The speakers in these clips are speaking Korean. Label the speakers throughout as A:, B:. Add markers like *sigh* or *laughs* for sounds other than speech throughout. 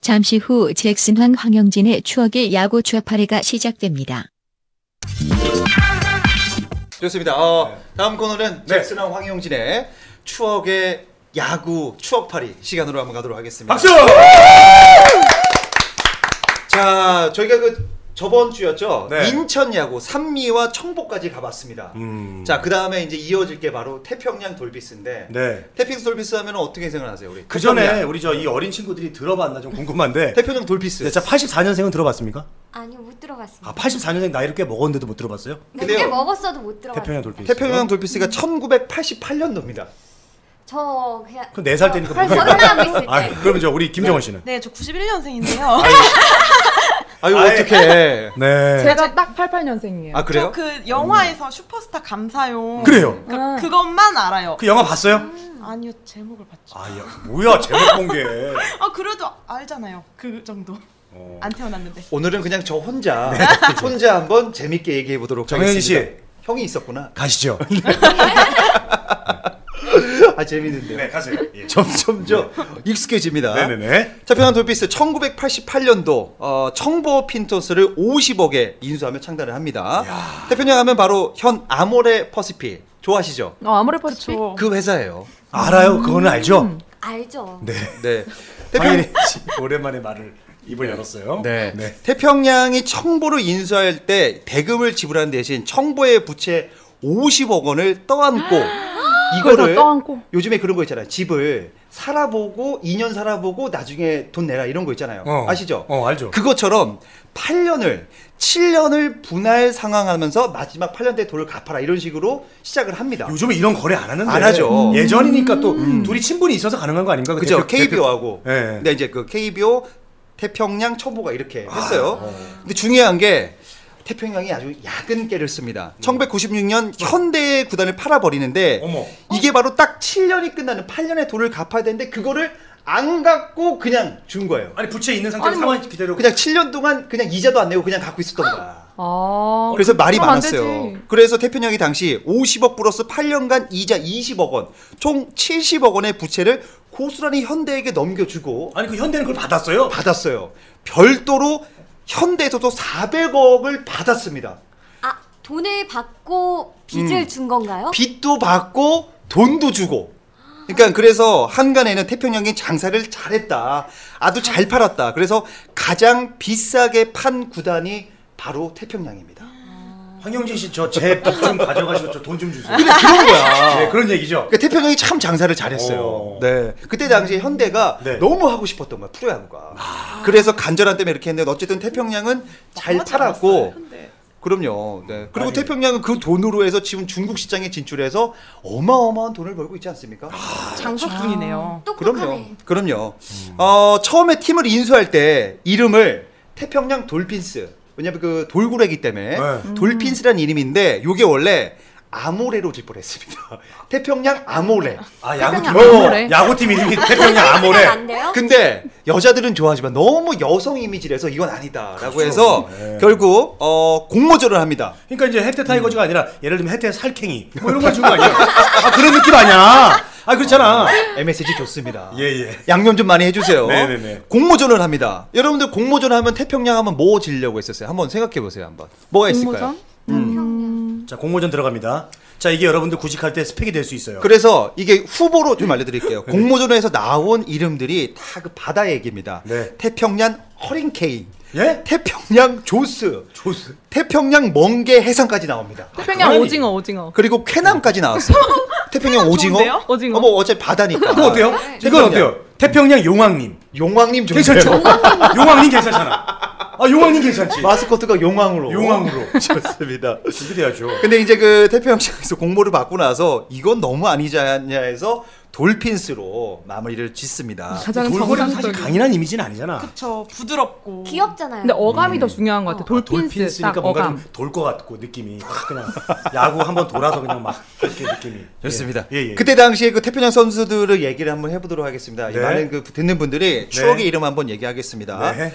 A: 잠시 후 잭슨 황 황영진의 추억의 야구 좌파리가 시작됩니다.
B: 좋습니다. 어, 다음 코너는
C: 네.
B: 잭슨왕 황영진의 추억의 야구 추억팔이 시간으로 한번 가도록 하겠습니다.
C: 박수!
B: 자, 저희가 그 저번 주였죠.
C: 네.
B: 인천 야구 삼미와 청보까지 가봤습니다.
C: 음.
B: 자, 그 다음에 이제 이어질 게 바로 태평양 돌비스인데
C: 네.
B: 태평양 돌비스 하면 어떻게 생각하세요, 우리?
C: 그 전에
B: 태평양.
C: 우리 저 이 어린 친구들이 들어봤나 좀
B: *laughs*
C: 궁금한데.
B: 태평양 돌비스.
C: 네, 자, 84년생은 들어봤습니까?
D: 아니요 못 들어봤습니다.
C: 아, 84년생 나이를 꽤 먹었는데도 못 들어봤어요?
D: 근데 꽤
B: 근데요.
D: 먹었어도 못 들어봤어요.
C: 태평양 돌비.
B: 태평양 돌비스가 1988년도입니다.
D: 저 그냥
C: 그럼 4살 때니까
D: 헐,
C: 모르겠다.
D: 서른하고 있을 때.
C: 아, 그러면 저 우리 김정원 씨는.
E: 네, 저 91년생인데요.
B: 아유
C: 아이. 예.
B: 어떡해.
C: *laughs* 네.
F: 제가 딱 88년생이에요.
B: 아 그래요?
E: 저 그 영화에서 슈퍼스타 감사용.
C: 그래요.
E: 그, 그것만 알아요.
C: 그 영화 봤어요?
E: 아니요, 제목을 봤죠.
C: 아, 야, 뭐야, 제목 본 게.
E: 아, 그래도 알잖아요. 그 정도.
C: 어.
E: 안 태어났는데.
B: 오늘은 그냥 저 혼자 혼자 한번 재밌게 얘기해 보도록
C: 네. 정현희
B: 하겠습니다.
C: 씨.
B: 형이 있었구나.
C: 가시죠.
B: 아 재밌는데.
C: *laughs* 네, 가세요. 예.
B: 점점 저 익숙해집니다.
C: 네네네.
B: 태평양 돌비스 1988년도 어, 청보 핀토스를 50억에 인수하며 창단을 합니다. 태평양 하면 바로 현 아모레 퍼시픽 좋아하시죠?
F: 어, 아무래 퍼스픽.
E: 저
B: 그 회사예요.
C: 알아요? 그거는 알죠?
D: 알죠.
C: 네.
B: 네.
C: 황현희
B: 태평
C: 씨, *laughs* 오랜만에 말을 입을 열었어요.
B: 네.
C: 네.
B: 태평양이 청보를 인수할 때 대금을 지불한 대신 청보의 부채 50억 원을
F: *gasps*
B: 떠안고 이거를
F: 그걸 다 떠안고?
B: 요즘에 그런 거 있잖아요. 집을 살아보고 2년 살아보고 나중에 돈 내라 이런 거 있잖아요.
C: 어.
B: 아시죠?
C: 어, 알죠.
B: 그것처럼 8년을 7년을 분할 상황하면서 마지막 8년 때 돈을 갚아라 이런 식으로 시작을 합니다.
C: 요즘은 이런 거래 안 하는데.
B: 안 하죠. 음.
C: 예전이니까 또 둘이 친분이 있어서 가능한 거 아닌가? 그
B: 그렇죠. 그죠?
C: 대표- 대표-
B: KBO하고.
C: 예.
B: 근데 이제 그 KBO 태평양 청보가 이렇게
C: 아.
B: 했어요. 근데 중요한 게 태평양이 아주 야근 깨를 씁니다. 1996년 현대 구단을 팔아버리는데
C: 음. 어머.
B: 이게 바로 딱 7년이 끝나는 8년의 돈을 갚아야 되는데 그거를 안 갚고 그냥 준 거예요.
C: 아니 부채 있는 상태로 상황 그대로
B: 그냥 7년 동안 그냥 이자도 안 내고 그냥 갖고 있었던 거야.
F: 아,
B: 그래서 말이
F: 그럼 안
B: 많았어요.
F: 되지.
B: 그래서 태평양이 당시 50억 플러스 8년간 이자 20억 원, 총 70억 원의 부채를 고스란히 현대에게 넘겨주고
C: 아니 그 현대는 그걸 받았어요?
B: 받았어요. 별도로 현대에서도 400억을 받았습니다.
D: 아 돈을 받고 빚을 준 건가요?
B: 음. 빚도 받고 돈도 주고. 그러니까 그래서 한간에는 태평양이 장사를 잘했다. 아주 잘 팔았다. 그래서 가장 비싸게 판 구단이 바로 태평양입니다.
C: 황영진 씨 저 제 빚 좀 가져가시고 저 돈 좀 주세요.
B: 근데 그런 거야.
C: 네, 그런 얘기죠.
B: 그러니까 태평양이 참 장사를 잘했어요.
C: 오.
B: 네. 그때 당시에 현대가
C: 네. 아.
B: 너무 하고 싶었던 거야, 프로야구가. 그래서 간절한 때문에 이렇게 했는데 어쨌든 태평양은 잘
E: 맞지
B: 팔았고
E: 않았어요, 근데.
B: 그럼요. 네. 그리고
C: 아니.
B: 태평양은 그 돈으로 해서 지금 중국 시장에 진출해서 어마어마한 돈을 벌고 있지 않습니까? 그럼요.
E: 장수꾼이네요.
D: 똑똑하네.
B: 그럼요.
C: 음.
B: 어, 처음에 팀을 인수할 때 이름을 태평양 돌핀스. 왜냐면 그 돌고래기 때문에
C: 네.
B: 돌핀스란 이름인데 요게 원래 아모레로 집어를 했습니다. *laughs* 태평양 아모레.
C: 아 야구팀
F: 태평양
C: 어,
F: 아모레.
C: 야구팀 이름이 태평양
D: 아, 안
C: 아모레.
D: 돼요?
B: 근데 여자들은 좋아하지만 너무 여성 이미지라서 이건 아니다라고
C: 그렇죠.
B: 해서
C: 네.
B: 결국 어, 공모전을 합니다.
C: 그러니까 이제 해태 타이거즈가 아니라 예를 들면 해태 살쾡이 뭐 이런 걸 준 거 아니야? 아 그런 느낌 아니야? 아 그렇잖아.
B: MSG 좋습니다.
C: 예예.
B: 양념 좀 많이 해주세요.
C: 네네네.
B: 공모전을 합니다. 여러분들 공모전 하면 태평양 하면 뭐 지려고 했었어요? 한번 생각해 보세요. 한번 뭐가 있을까요?
F: 공모전?
C: 자 공모전 들어갑니다. 자 이게 여러분들 구직할 때 스펙이 될 수 있어요.
B: 그래서 이게 후보로 좀 알려드릴게요.
C: 네.
B: 공모전에서 나온 이름들이 다 그 바다 얘기입니다.
C: 네.
B: 태평양 허링케인,
C: 예?
B: 태평양 조스,
C: 조스.
B: 태평양 멍게 해상까지 나옵니다.
F: 태평양
C: 그러니.
F: 오징어, 오징어.
B: 그리고 쾌남까지 나왔어요. 태평양 오징어?
E: 좋은데요?
F: 오징어.
B: 어, 뭐 어차피 바다니까.
C: 그거 어때요? 이건 어때요? 태평양 용왕님.
B: 용왕님 좀
C: 괜찮죠?
B: 돼요.
C: 용왕님 괜찮잖아. 아 용왕님 괜찮지.
B: 마스코트가 용왕으로.
C: 용왕으로.
B: 좋습니다.
C: 이렇게 돼야죠.
B: 근데 이제 그 태평양에서 공모를 받고 나서 이건 너무 아니지 않냐 해서 돌핀스로 마무리를 짓습니다.
F: 가장
C: 돌고래는 사실
F: 정상적인.
C: 강인한 이미지는 아니잖아.
E: 저 부드럽고.
D: 귀엽잖아요.
F: 근데 어감이 더 중요한 것 같아. 그 돌핀스,
C: 돌핀스니까
F: 딱
C: 뭔가
F: 어감.
C: 좀 돌 것 같고 느낌이 확 그냥 야구 한번 돌아서 그냥 막 이렇게 느낌이
B: 좋습니다.
C: 예, 예, 예.
B: 그때 당시에 그 태평양 선수들을 얘기를 한번 해보도록 하겠습니다. 이
C: 네.
B: 많은 그 듣는 분들이 추억의 이름 한번 얘기하겠습니다.
C: 네.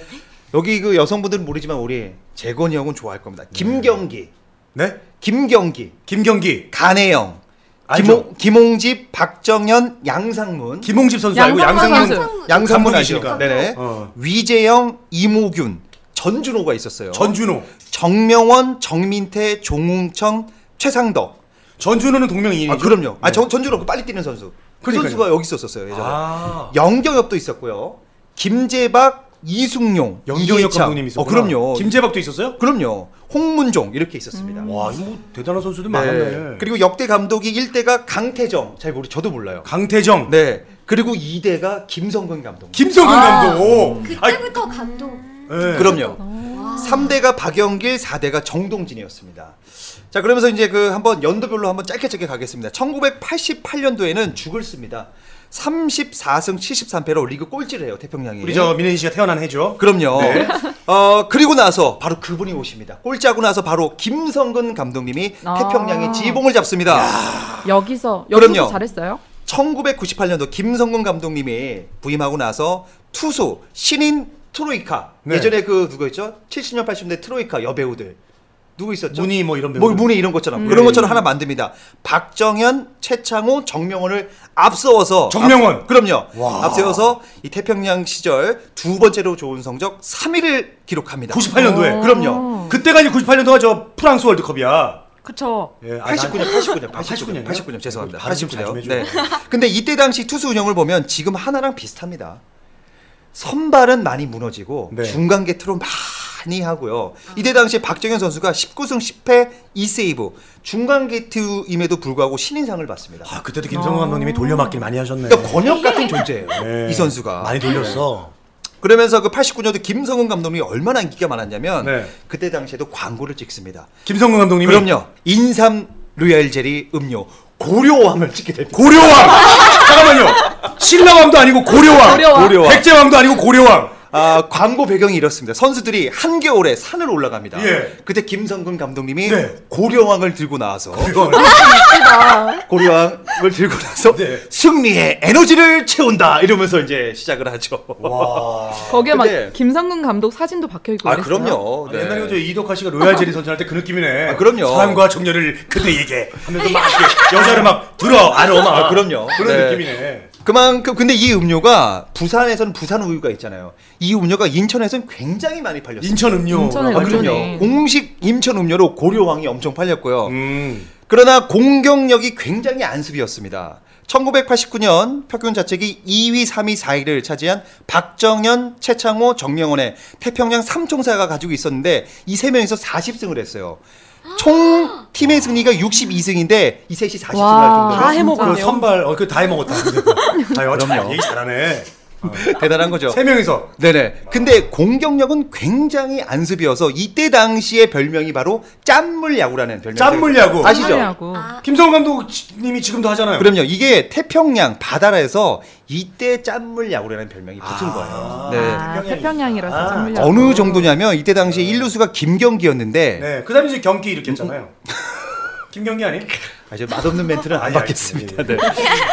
B: 여기 그 여성분들은 모르지만 우리 재건이 형은 좋아할 겁니다. 김경기,
C: 네
B: 김경기,
C: 김경기
B: 간혜영,
C: 알죠.
B: 김홍, 김홍집, 박정현, 양상문.
C: 김홍집 선수 알고
F: 양상문
C: 어, 양상문
F: 선수.
B: 양상문
C: 감독이시니까.
B: 아시니까. 네네.
C: 어.
B: 위재영, 이모균, 전준호가 있었어요.
C: 전준호.
B: 정명원, 정민태, 종웅청, 최상덕.
C: 전준호는 동명이인이죠.
B: 아 그럼요. 아
C: 네.
B: 전, 전준호 그 빨리 뛰는 선수. 그
C: 그러니까요.
B: 선수가 여기 있었어요 예전에.
C: 아.
B: 영경엽도 있었고요. 김재박, 이승용,
C: 영경혁
B: 이해창.
C: 감독님이서.
B: 어 그럼요.
C: 김재박도 있었어요?
B: 그럼요. 홍문종 이렇게 있었습니다.
C: 와, 이거 뭐 대단한 선수들
B: 네.
C: 많네.
B: 그리고 역대 감독이 1대가 강태정. 잘 모르 저도 몰라요.
C: 강태정,
B: 네. 그리고 2대가 김성근 감독.
C: 김성근
F: 아.
C: 감독.
D: 그때부터 감독.
C: 네.
B: 그럼요.
D: 와.
B: 3대가 박영길, 4대가 정동진이었습니다. 자, 그러면서 이제 그 한번 연도별로 한번 짧게 짧게 가겠습니다. 1988년도에는 죽을 씁니다. 34승 73패로 리그 꼴찌를 해요, 태평양이.
C: 우리 저 네. 민혜진 씨가 태어난 해죠.
B: 그럼요. 어, 그리고 나서 바로 그분이 오십니다. 꼴찌하고 나서 바로 김성근 감독님이
F: 아.
B: 태평양의 지붕을 잡습니다.
F: 여기서
B: 그럼요.
F: 여기서 잘했어요?
B: 1998년도 김성근 감독님이 부임하고 나서 투수 신인 트로이카
C: 네.
B: 예전에 그 누구였죠? 70년 80년대 트로이카 여배우들 누구 있었죠?
C: 문희 뭐 이런 배우.
B: 뭐 문희 이런 것처럼
C: 네.
B: 그런 것처럼 하나 만듭니다. 박정현, 최창호, 정명원을 앞세워서
C: 정명원.
B: 앞- 그럼요.
C: 와.
B: 앞세워서 이 태평양 시절 두 번째로 좋은 성적 3위를 기록합니다. 어.
C: 98년도에.
B: 그럼요.
C: 그때가 이제 98년도가 저 프랑스 월드컵이야.
E: 그쵸.
C: 예, 아,
B: 89년, 89년,
C: 아,
B: 89년,
C: 89년,
B: 89년 죄송합니다.
C: 발음 좀잘좀
B: 89년.
C: 해줘요.
B: 네.
C: *laughs*
B: 근데 이때 당시 투수 운영을 보면 지금 하나랑 비슷합니다. 선발은 많이 무너지고
C: 네.
B: 중간 개투로 많이 하고요. 이때 당시 박정현 선수가 19승 10패 2세이브 중간 개투임에도 불구하고 신인상을 받습니다.
C: 아, 그때도 김성근 감독님이 돌려막기를 많이 하셨네.
B: 그러니까 권역 같은 존재예요.
C: 네.
B: 이 선수가.
C: 많이 돌렸어.
B: 그러면서 그 89년도 김성훈 감독이 얼마나 인기가 많았냐면
C: 네.
B: 그때 당시에도 광고를 찍습니다.
C: 김성근 감독님이
B: 네. 그럼요. 인삼 로얄 젤리 음료 고려왕을 찍게 됩니다.
C: 고려왕. 잠깐만요. 신라왕도 아니고 고려왕.
F: 고려왕.
B: 고려왕.
C: 백제왕도 아니고 고려왕.
B: 아, 광고 배경이 이렇습니다. 선수들이 한겨울에 산을 올라갑니다.
C: 예.
B: 그때 김성근 감독님이
C: 네.
B: 고려왕을 들고 나와서
F: 아,
B: 고려왕을 들고 나서
C: 네.
B: 승리의 에너지를 채운다 이러면서 이제 시작을 하죠.
F: 뭐
C: 와.
B: 어,
F: 거기에 막
B: 근데-
F: 김성근 감독 사진도 박혀 있고
B: 아, 그럼요.
C: 아, 옛날에 저 이덕화 씨가 로얄제리 선전할 때 그 느낌이네.
B: 아, 그럼요.
C: 사랑과 정열을 그대에게 하면서 막 이렇게 여자를 막 들어 안어 막.
B: 아, 그럼요.
C: 그런
B: 네.
C: 느낌이네.
B: 그만큼 근데 이 음료가 부산에서는 부산 우유가 있잖아요. 이 음료가 인천에서는 굉장히 많이 팔렸어요.
C: 인천 음료.
F: 인천에
B: 아,
F: 완전히.
B: 그럼요. 공식 인천 음료로 고려왕이 엄청 팔렸고요.
C: 음.
B: 그러나 공격력이 굉장히 안습이었습니다. 1989년 평균 자책이 2위, 3위, 4위를 차지한 박정현, 최창호, 정명원의 태평양 삼총사가 가지고 있었는데 이 세 명에서 40승을 했어요. 총 팀의 승리가 62승인데 이 셋이 40승을 할
F: 와.
B: 정도로
E: 다 해먹었네요.
C: 그 선발 어, 그다
F: *laughs*
C: 해먹었다. 아, 여, 잘, 얘기 잘하네.
B: *laughs* 대단한 거죠.
C: 세 명이서
B: 네네. 근데 공격력은 굉장히 안습이어서 이때 당시의 별명이 바로 짠물 야구라는 별명이
C: 짠물 야구.
B: 아시죠?
F: 하고
C: 김성훈 감독님이 지금도
B: *laughs*
C: 하잖아요.
B: 그럼요. 이게 태평양 바다라에서 이때 짠물 야구라는 별명이 붙은
C: 아.
B: 거예요. 네.
F: 아, 태평양이라서
C: 아,
F: 짠물이라고.
B: 어느 정도냐면 이때 당시 일루수가 김경기였는데
C: 네. 그다음에 이제 경기 이렇게 했잖아요.
B: 음.
C: 김경기 아니?
B: 아, 이제 맛없는 멘트는 안
C: 아니,
B: 받겠습니다. 네.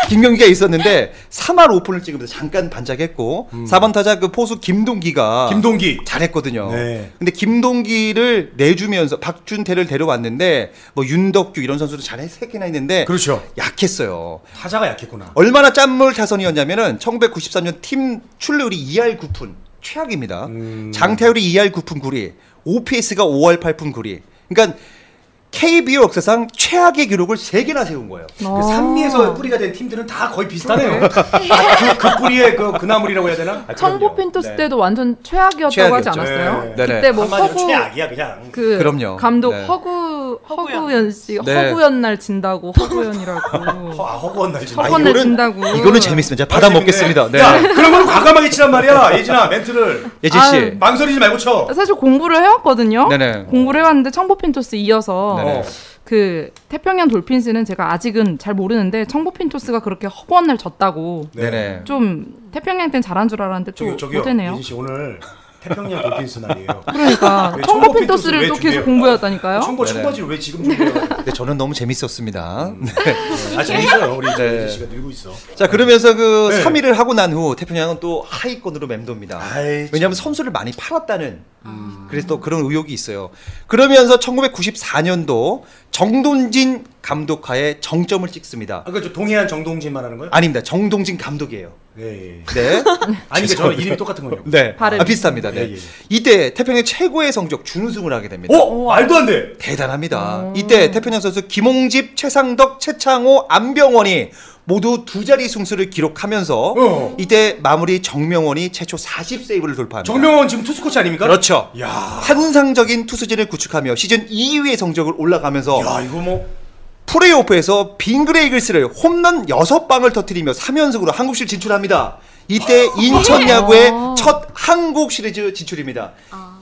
B: 김경기가 있었는데 3할 오픈을 찍으면서 잠깐 반짝했고 4번 타자 그 포수 김동기가
C: 음. 김동기.
B: 잘했거든요.
C: 네.
B: 근데 김동기를 내주면서 박준태를 데려왔는데 뭐 윤덕규 이런 선수도 잘했긴 했는데
C: 그렇죠.
B: 네. 약했어요.
C: 타자가 약했구나.
B: 얼마나 짠물 타선이었냐면은 1993년 팀 출루율이 2할 9푼 최악입니다.
C: 음.
B: 장타율이 2할 9푼 9리, OPS가 5할 8푼 9리. 그러니까 KBO 역사상 최악의 기록을 3개나 세운 거예요.
F: 아.
C: 그 산미에서 뿌리가 된 팀들은 다 거의 비슷하네요. 그, 그 뿌리의 그, 그 나물이라고 해야 되나?
F: 청보 핀토스
B: 네.
F: 때도 완전 최악이었다고
B: 최악이었죠.
F: 하지 않았어요?
C: 네.
B: 네네.
F: 그때 뭐
C: 한마디로
F: 허구
C: 최악이야 그냥.
F: 그
B: 그럼요.
F: 감독
B: 네.
F: 허구
E: 허구연.
F: 허구연 씨
B: 네.
F: 허구연 날 진다고 허구연이라고
C: 허, 아 허구한 날 진짜.
F: 허구연
B: 아,
F: 날
B: 이거는-
F: 진다고
B: 이거는 재밌으면 제가
C: 아,
B: 받아
C: 재밌네.
B: 먹겠습니다. 네.
C: 야 그런 걸 과감하게 치란 말이야
B: *laughs*
C: 예진아 멘트를.
B: 예진 씨.
F: 아유.
C: 망설이지 말고 쳐.
F: 사실 공부를 해왔거든요.
B: 네네.
F: 공부를 해왔는데 청보 핀토스
B: 네네.
F: 이어서 그 태평양 돌핀스는 제가 아직은 잘 모르는데 청보 핀토스가 그렇게 허구한 날 졌다고
B: 네. 네네.
F: 좀 태평양 땐 잘한 줄 알았는데 또
C: 저기 저기요
F: 뭐 못되네요.
C: 예진 씨 오늘 태평양 돌핀스 날이에요.
F: 그러니까
C: 왜
F: 청보
C: 청보 핀토스를
F: 핀토스를 또
C: 왜
F: 계속
C: 준비해요?
F: 공부해왔다니까요.
C: 청보
B: 네네.
C: 청바지를 왜 지금 준비해요?
F: *laughs*
B: 네, 저는 너무 재밌었습니다.
C: 아 재밌어요 우리
B: 네.
C: 예진 씨가 늘고 있어.
B: 자, 그러면서 그
C: 네.
B: 3위를 하고 난 후 태평양은 또 하위권으로 맴돕니다.
C: 아이, 참.
B: 왜냐하면 선수를 많이 팔았다는
F: 음.
B: 그래서 또 그런 의혹이 있어요. 그러면서 1994년도 정동진 감독하에 정점을 찍습니다.
C: 아까 저 동해안 정동진 말하는 거예요?
B: 아닙니다. 정동진 감독이에요.
C: 네. 예.
B: 네.
F: *laughs*
C: 아니 그러니까 저는 이름이 똑같은 거냐고.
B: 네.
F: 발음이.
B: 아, 비슷합니다. 네.
C: 예, 예.
B: 이때 태평양 최고의 성적 준우승을 하게 됩니다.
C: 오 어?
F: 아.
C: 말도 안 돼.
B: 대단합니다. 이때 태평양 선수 김홍집, 최상덕, 최창호, 안병원이 모두 두 자리 승수를 기록하면서
C: 어.
B: 이때 마무리 정명원이 최초 40세이브를 돌파합니다.
C: 정명원 지금 투수 코치 아닙니까?
B: 그렇죠.
C: 야,
B: 환상적인 투수진을 구축하며 시즌 2위의 성적을 올라가면서
C: 야 이거 뭐
B: 프레이오프에서 빙그레이글스를 홈런 6방을 터뜨리며 3연승으로 한국시리즈 진출합니다. 이때 인천 야구의 첫 한국 시리즈 진출입니다.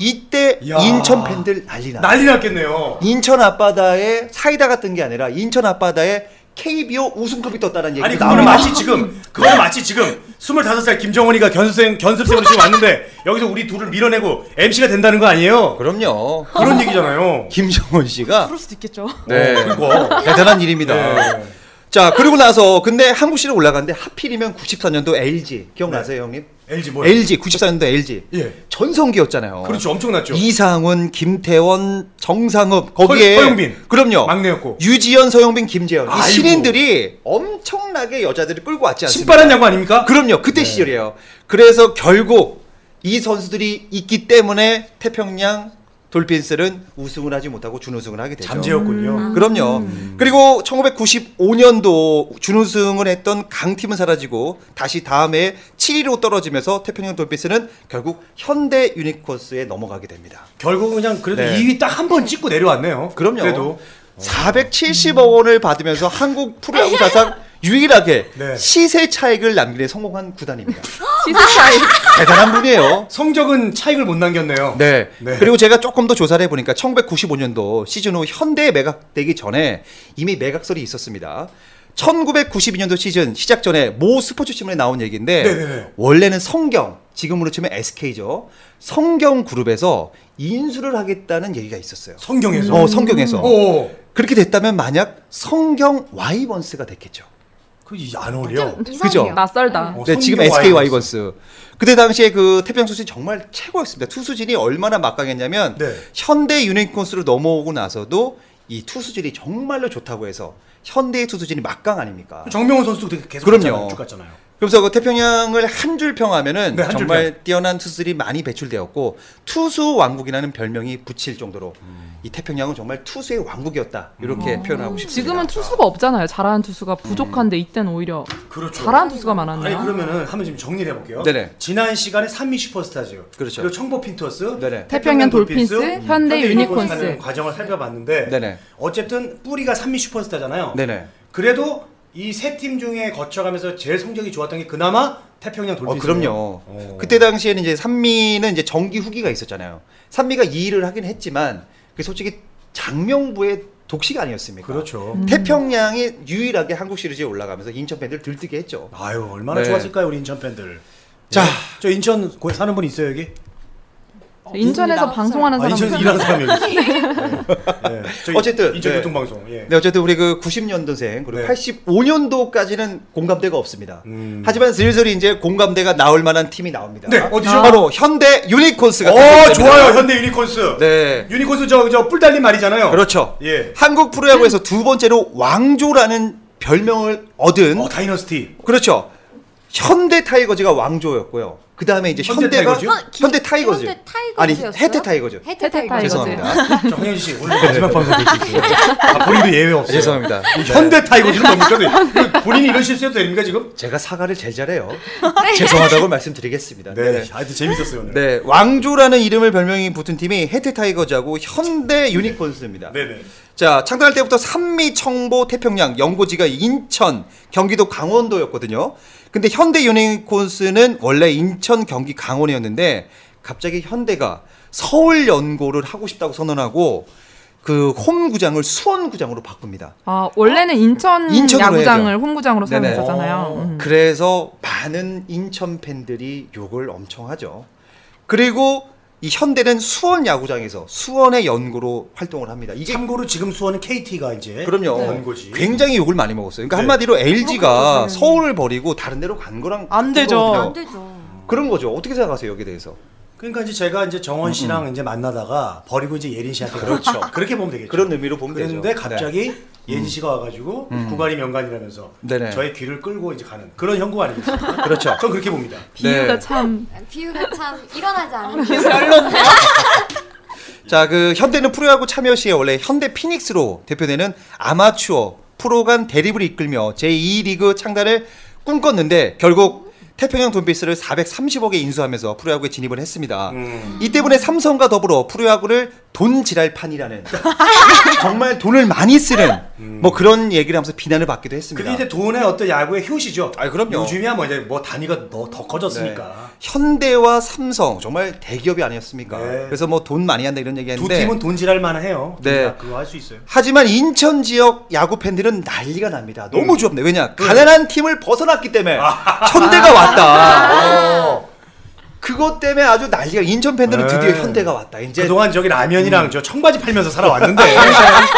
B: 이때
C: 야.
B: 인천 팬들 난리나.
C: 난리 났겠네요.
B: 인천 앞바다에 사이다가 뜬 게 아니라 인천 앞바다에 KBO 우승컵이 떴다는 얘기.
C: 아니 그거는 마치 지금 그거는 마치 지금 25살 김정원이가 견습생 견습생으로 지금 왔는데 여기서 우리 둘을 밀어내고 MC가 된다는 거 아니에요?
B: 그럼요.
C: 그런 얘기잖아요. 어,
B: 김정원 씨가
E: 그럴 수도 있겠죠.
B: 네.
C: 그거.
B: 대단한 일입니다.
C: 네.
B: 자 그리고 나서 근데 한국 시리즈 올라갔는데 하필이면 94년도 LG 기억나세요 형님?
C: LG 네. 뭐야?
B: LG 94년도 LG
C: 예.
B: 전성기였잖아요.
C: 그렇죠. 엄청났죠.
B: 어. 이상훈, 김태원, 정상업 거기에
C: 허- 허용빈.
B: 그럼요.
C: 막내였고.
B: 유지현, 서영빈, 김재현 이
C: 아이고.
B: 신인들이 엄청나게 여자들을 끌고 왔지 않습니까?
C: 신바람 야구 아닙니까? 네.
B: 그럼요. 그때 시절이에요. 그래서 결국 이 선수들이 있기 때문에 태평양 돌핀스는 우승을 하지 못하고 준우승을 하게 되죠.
C: 네, 잠재였군요.
B: 그럼요. 그리고 1995년도 준우승을 했던 강팀은 사라지고 다시 다음에 7위로 떨어지면서 태평양 돌핀스는 결국 현대 유니코스에 넘어가게 됩니다.
C: 결국은 그냥 그래도
B: 네.
C: 2위 딱 한 번 찍고 내려왔네요.
B: 그럼요.
C: 그래도
B: 470억 원을 받으면서 한국 프로야구 사상 유일하게
C: 네.
B: 시세 차익을 남기는 데 성공한 구단입니다.
F: 시스타일.
B: 대단한 분이에요.
C: 성적은 차익을 못 남겼네요.
B: 네.
C: 네.
B: 그리고 제가 조금 더 조사를 해보니까 1995년도 시즌 후 현대에 매각되기 전에 이미 매각설이 있었습니다. 1992년도 시즌 시작 전에 모 스포츠 신문에 나온 얘기인데
C: 네네네.
B: 원래는 성경 지금으로 치면 SK죠. 성경 그룹에서 인수를 하겠다는 얘기가 있었어요.
C: 성경에서.
B: 어, 성경에서.
C: 오.
B: 그렇게 됐다면 만약 성경 와이번스가 됐겠죠.
C: 그안 어울려.
D: 좀
B: 그죠?
D: 이상해요.
F: 낯설다.
C: 어,
B: 네, 지금
C: 성경
B: SK
C: 와이번스.
B: 와이번스. 그때 당시에 그 태평양 투수진 정말 최고였습니다. 투수진이 얼마나 막강했냐면
C: 네.
B: 현대 유니콘스로 넘어오고 나서도 이 투수진이 정말로 좋다고 해서 현대의 투수진이 막강 아닙니까?
C: 정명훈 선수도 되게 계속
B: 그럼요.
C: 갔잖아요. 쭉 갔잖아요.
B: 그래서 그 태평양을 한 줄 평하면은
C: 네, 한줄
B: 정말 뛰어난 투수들이 많이 배출되었고 투수 왕국이라는 별명이 붙일 정도로
C: 음.
B: 이 태평양은 정말 투수의 왕국이었다 이렇게 표현하고 싶습니다.
F: 지금은 투수가 없잖아요. 잘하는 투수가 부족한데 이때는 오히려
C: 그렇죠.
F: 잘하는 투수가
C: 음. 아니
F: 많았네요.
C: 그러면은 한번 지금 정리를 해볼게요.
B: 네네.
C: 지난 시간에 산미 슈퍼스타즈요.
B: 그렇죠.
C: 그리고 청보 핀토스,
B: 네네.
F: 태평양 돌핀스, 현대 유니콘스.
C: 하는 과정을 살펴봤는데
B: 네네.
C: 어쨌든 뿌리가 산미 슈퍼스타잖아요.
B: 네네.
C: 그래도 이 세 팀 중에 거쳐가면서 제일 성적이 좋았던 게 그나마 태평양
B: 어,
C: 돌핀스.
B: 그럼요.
C: 어.
B: 그때 당시에는 이제 산미는 이제 정기 후기가 있었잖아요. 산미가 2위를 하긴 했지만 그 솔직히 장명부의 독식 아니었습니까? 음.
C: 그렇죠.
B: 태평양이 유일하게 한국 시리즈에 올라가면서 인천 팬들 을 들뜨게 했죠.
C: 아유 얼마나
B: 네.
C: 좋았을까요 우리 인천 팬들.
B: 자.
C: 예. 저 인천 고- 사는 분 있어요 여기?
F: 저 인천에서
E: 없습니다.
F: 방송하는
C: 아
F: 사람
C: 인천 일하는 사람 여기. 있어요.
F: *laughs*
C: 네. 네. 저 인-
B: 어쨌든,
C: 인천
B: 네.
C: 교통방송. 예.
B: 네, 어쨌든 우리 그 90년도생 그리고
C: 네.
B: 85년도까지는 공감대가 없습니다.
C: 음.
B: 하지만 슬슬 이제 공감대가 나올 만한 팀이 나옵니다. 아,
C: 네, 어디죠?
B: 바로 현대 유니콘스가
C: 어
B: 탄생됩니다.
C: 좋아요 현대 유니콘스.
B: 네.
C: 유니콘스 저저뿔 달린 말이잖아요.
B: 그렇죠.
C: 예.
B: 한국 프로야구에서 두 번째로 왕조라는 별명을 얻은
C: 어 다이너스티.
B: 그렇죠. 현대 타이거즈가 왕조였고요. 그 다음에 이제
C: 현대
B: 현대가
C: 타이거즈?
D: 어, 기-
B: 현대 타이거즈.
D: 현대
B: 아니
D: 타이거즈였어요?
B: 해태 타이거즈.
D: 해태
F: 해태
D: 타이거즈. 아,
F: 타이거즈.
B: 아, 죄송합니다.
C: 저 황현 씨 오늘 마지막 방송 될수 있어요. 아, 본인도 예외 없어요.
B: 네. *laughs* 죄송합니다. 네.
C: 이 현대 타이거즈는
B: *laughs*
C: 뭡니까? 또? 이거 본인이 이런 실수해도 됩니까 지금?
B: 제가 사과를 제일 잘해요.
D: 네.
B: 죄송하다고 말씀드리겠습니다. 네.
C: 아, 하여튼 재밌었어요 오늘.
B: 네, 왕조라는 이름을 별명이 붙은 팀이 해태 타이거즈하고 현대 유니콘스입니다.
C: 네네.
B: 자, 창단할 때부터 산미, 청보, 태평양, 연고지가 인천, 경기도 강원도였거든요. 근데 현대 유니콘스는 원래 인천, 경기, 강원이었는데 갑자기 현대가 서울 연고를 하고 싶다고 선언하고 그 홈 구장을 수원 구장으로 바꿉니다.
F: 아 원래는 인천
B: 인천으로
F: 야구장을
B: 해야죠.
F: 홈구장으로
B: 네네.
F: 사용했었잖아요.
C: 어.
F: 음.
B: 그래서 많은 인천 팬들이 욕을 엄청 하죠. 그리고 이 현대는 수원 야구장에서 수원의 연고로 활동을 합니다. 이게
C: 참고로 지금 수원은 KT가 이제
B: 그럼요.
C: 원고지.
B: 굉장히 욕을 많이 먹었어요. 그러니까
C: 네.
B: 한마디로 LG가
E: 그렇겠죠, 당연히.
B: 서울을 버리고 다른 데로 간 거랑
E: 안 되죠.
B: 그거거든요.
D: 안 되죠.
B: 그런 거죠. 어떻게 생각하세요 여기에 대해서?
C: 그러니까 이제 제가 이제 정원 씨랑 이제 만나다가 버리고 이제 예린 씨한테
B: 음. 그렇죠.
C: *laughs* 그렇게 보면 되겠죠.
B: 그런 의미로 보면 되죠. 네. 음.
C: 그랬는데 갑자기 예진 씨가 와가지고 구간이 명간이라면서
B: 네네.
C: 저의 귀를 끌고 이제 가는 그런 형국 아니겠습니까?
B: 네. 그렇죠.
C: 전 그렇게 봅니다.
F: 비유가 참
D: 비유가 참 일어나지
B: 아,
D: 않은
B: 자, 그 현대는 프로야구 참여 시에 원래 현대 피닉스로 대표되는 아마추어 프로 간 대립을 이끌며 제2리그 창단을 꿈꿨는데 결국 태평양 돈비스를 430억에 인수하면서 프로야구에 진입을 했습니다. 이 때문에 삼성과 더불어 프로야구를
C: *laughs*
B: 돈지랄판이라는 정말 돈을 많이 쓰는 뭐 그런 얘기를 하면서 비난을 받기도 했습니다.
C: 음.
B: 네.
C: 그게 이제 돈의 어떤 야구의 효시죠.
B: 아, 그럼요.
C: 요즘이야 뭐 이제 뭐 단위가 더, 더 커졌으니까.
B: 현대와 삼성 정말 대기업이 아니었습니까?
C: 네.
B: 그래서 뭐 돈 많이 한다 이런
C: 두
B: 얘기했는데
C: 팀은 돈질할 만해요.
B: 네.
C: 네. 그거 할 수 있어요.
B: 하지만 인천 지역 야구 팬들은 난리가 납니다.
C: 음.
B: 너무 주엽네. 왜냐? 가난한 팀을 벗어났기 때문에 현대가 왔다.
C: *laughs*
B: 어. 그것 때문에 아주 난리가. 인천 팬들은
C: 네.
B: 드디어 현대가 왔다. 이제 음.
C: 그동안 저기 라면이랑 저 청바지 팔면서 살아왔는데 *laughs*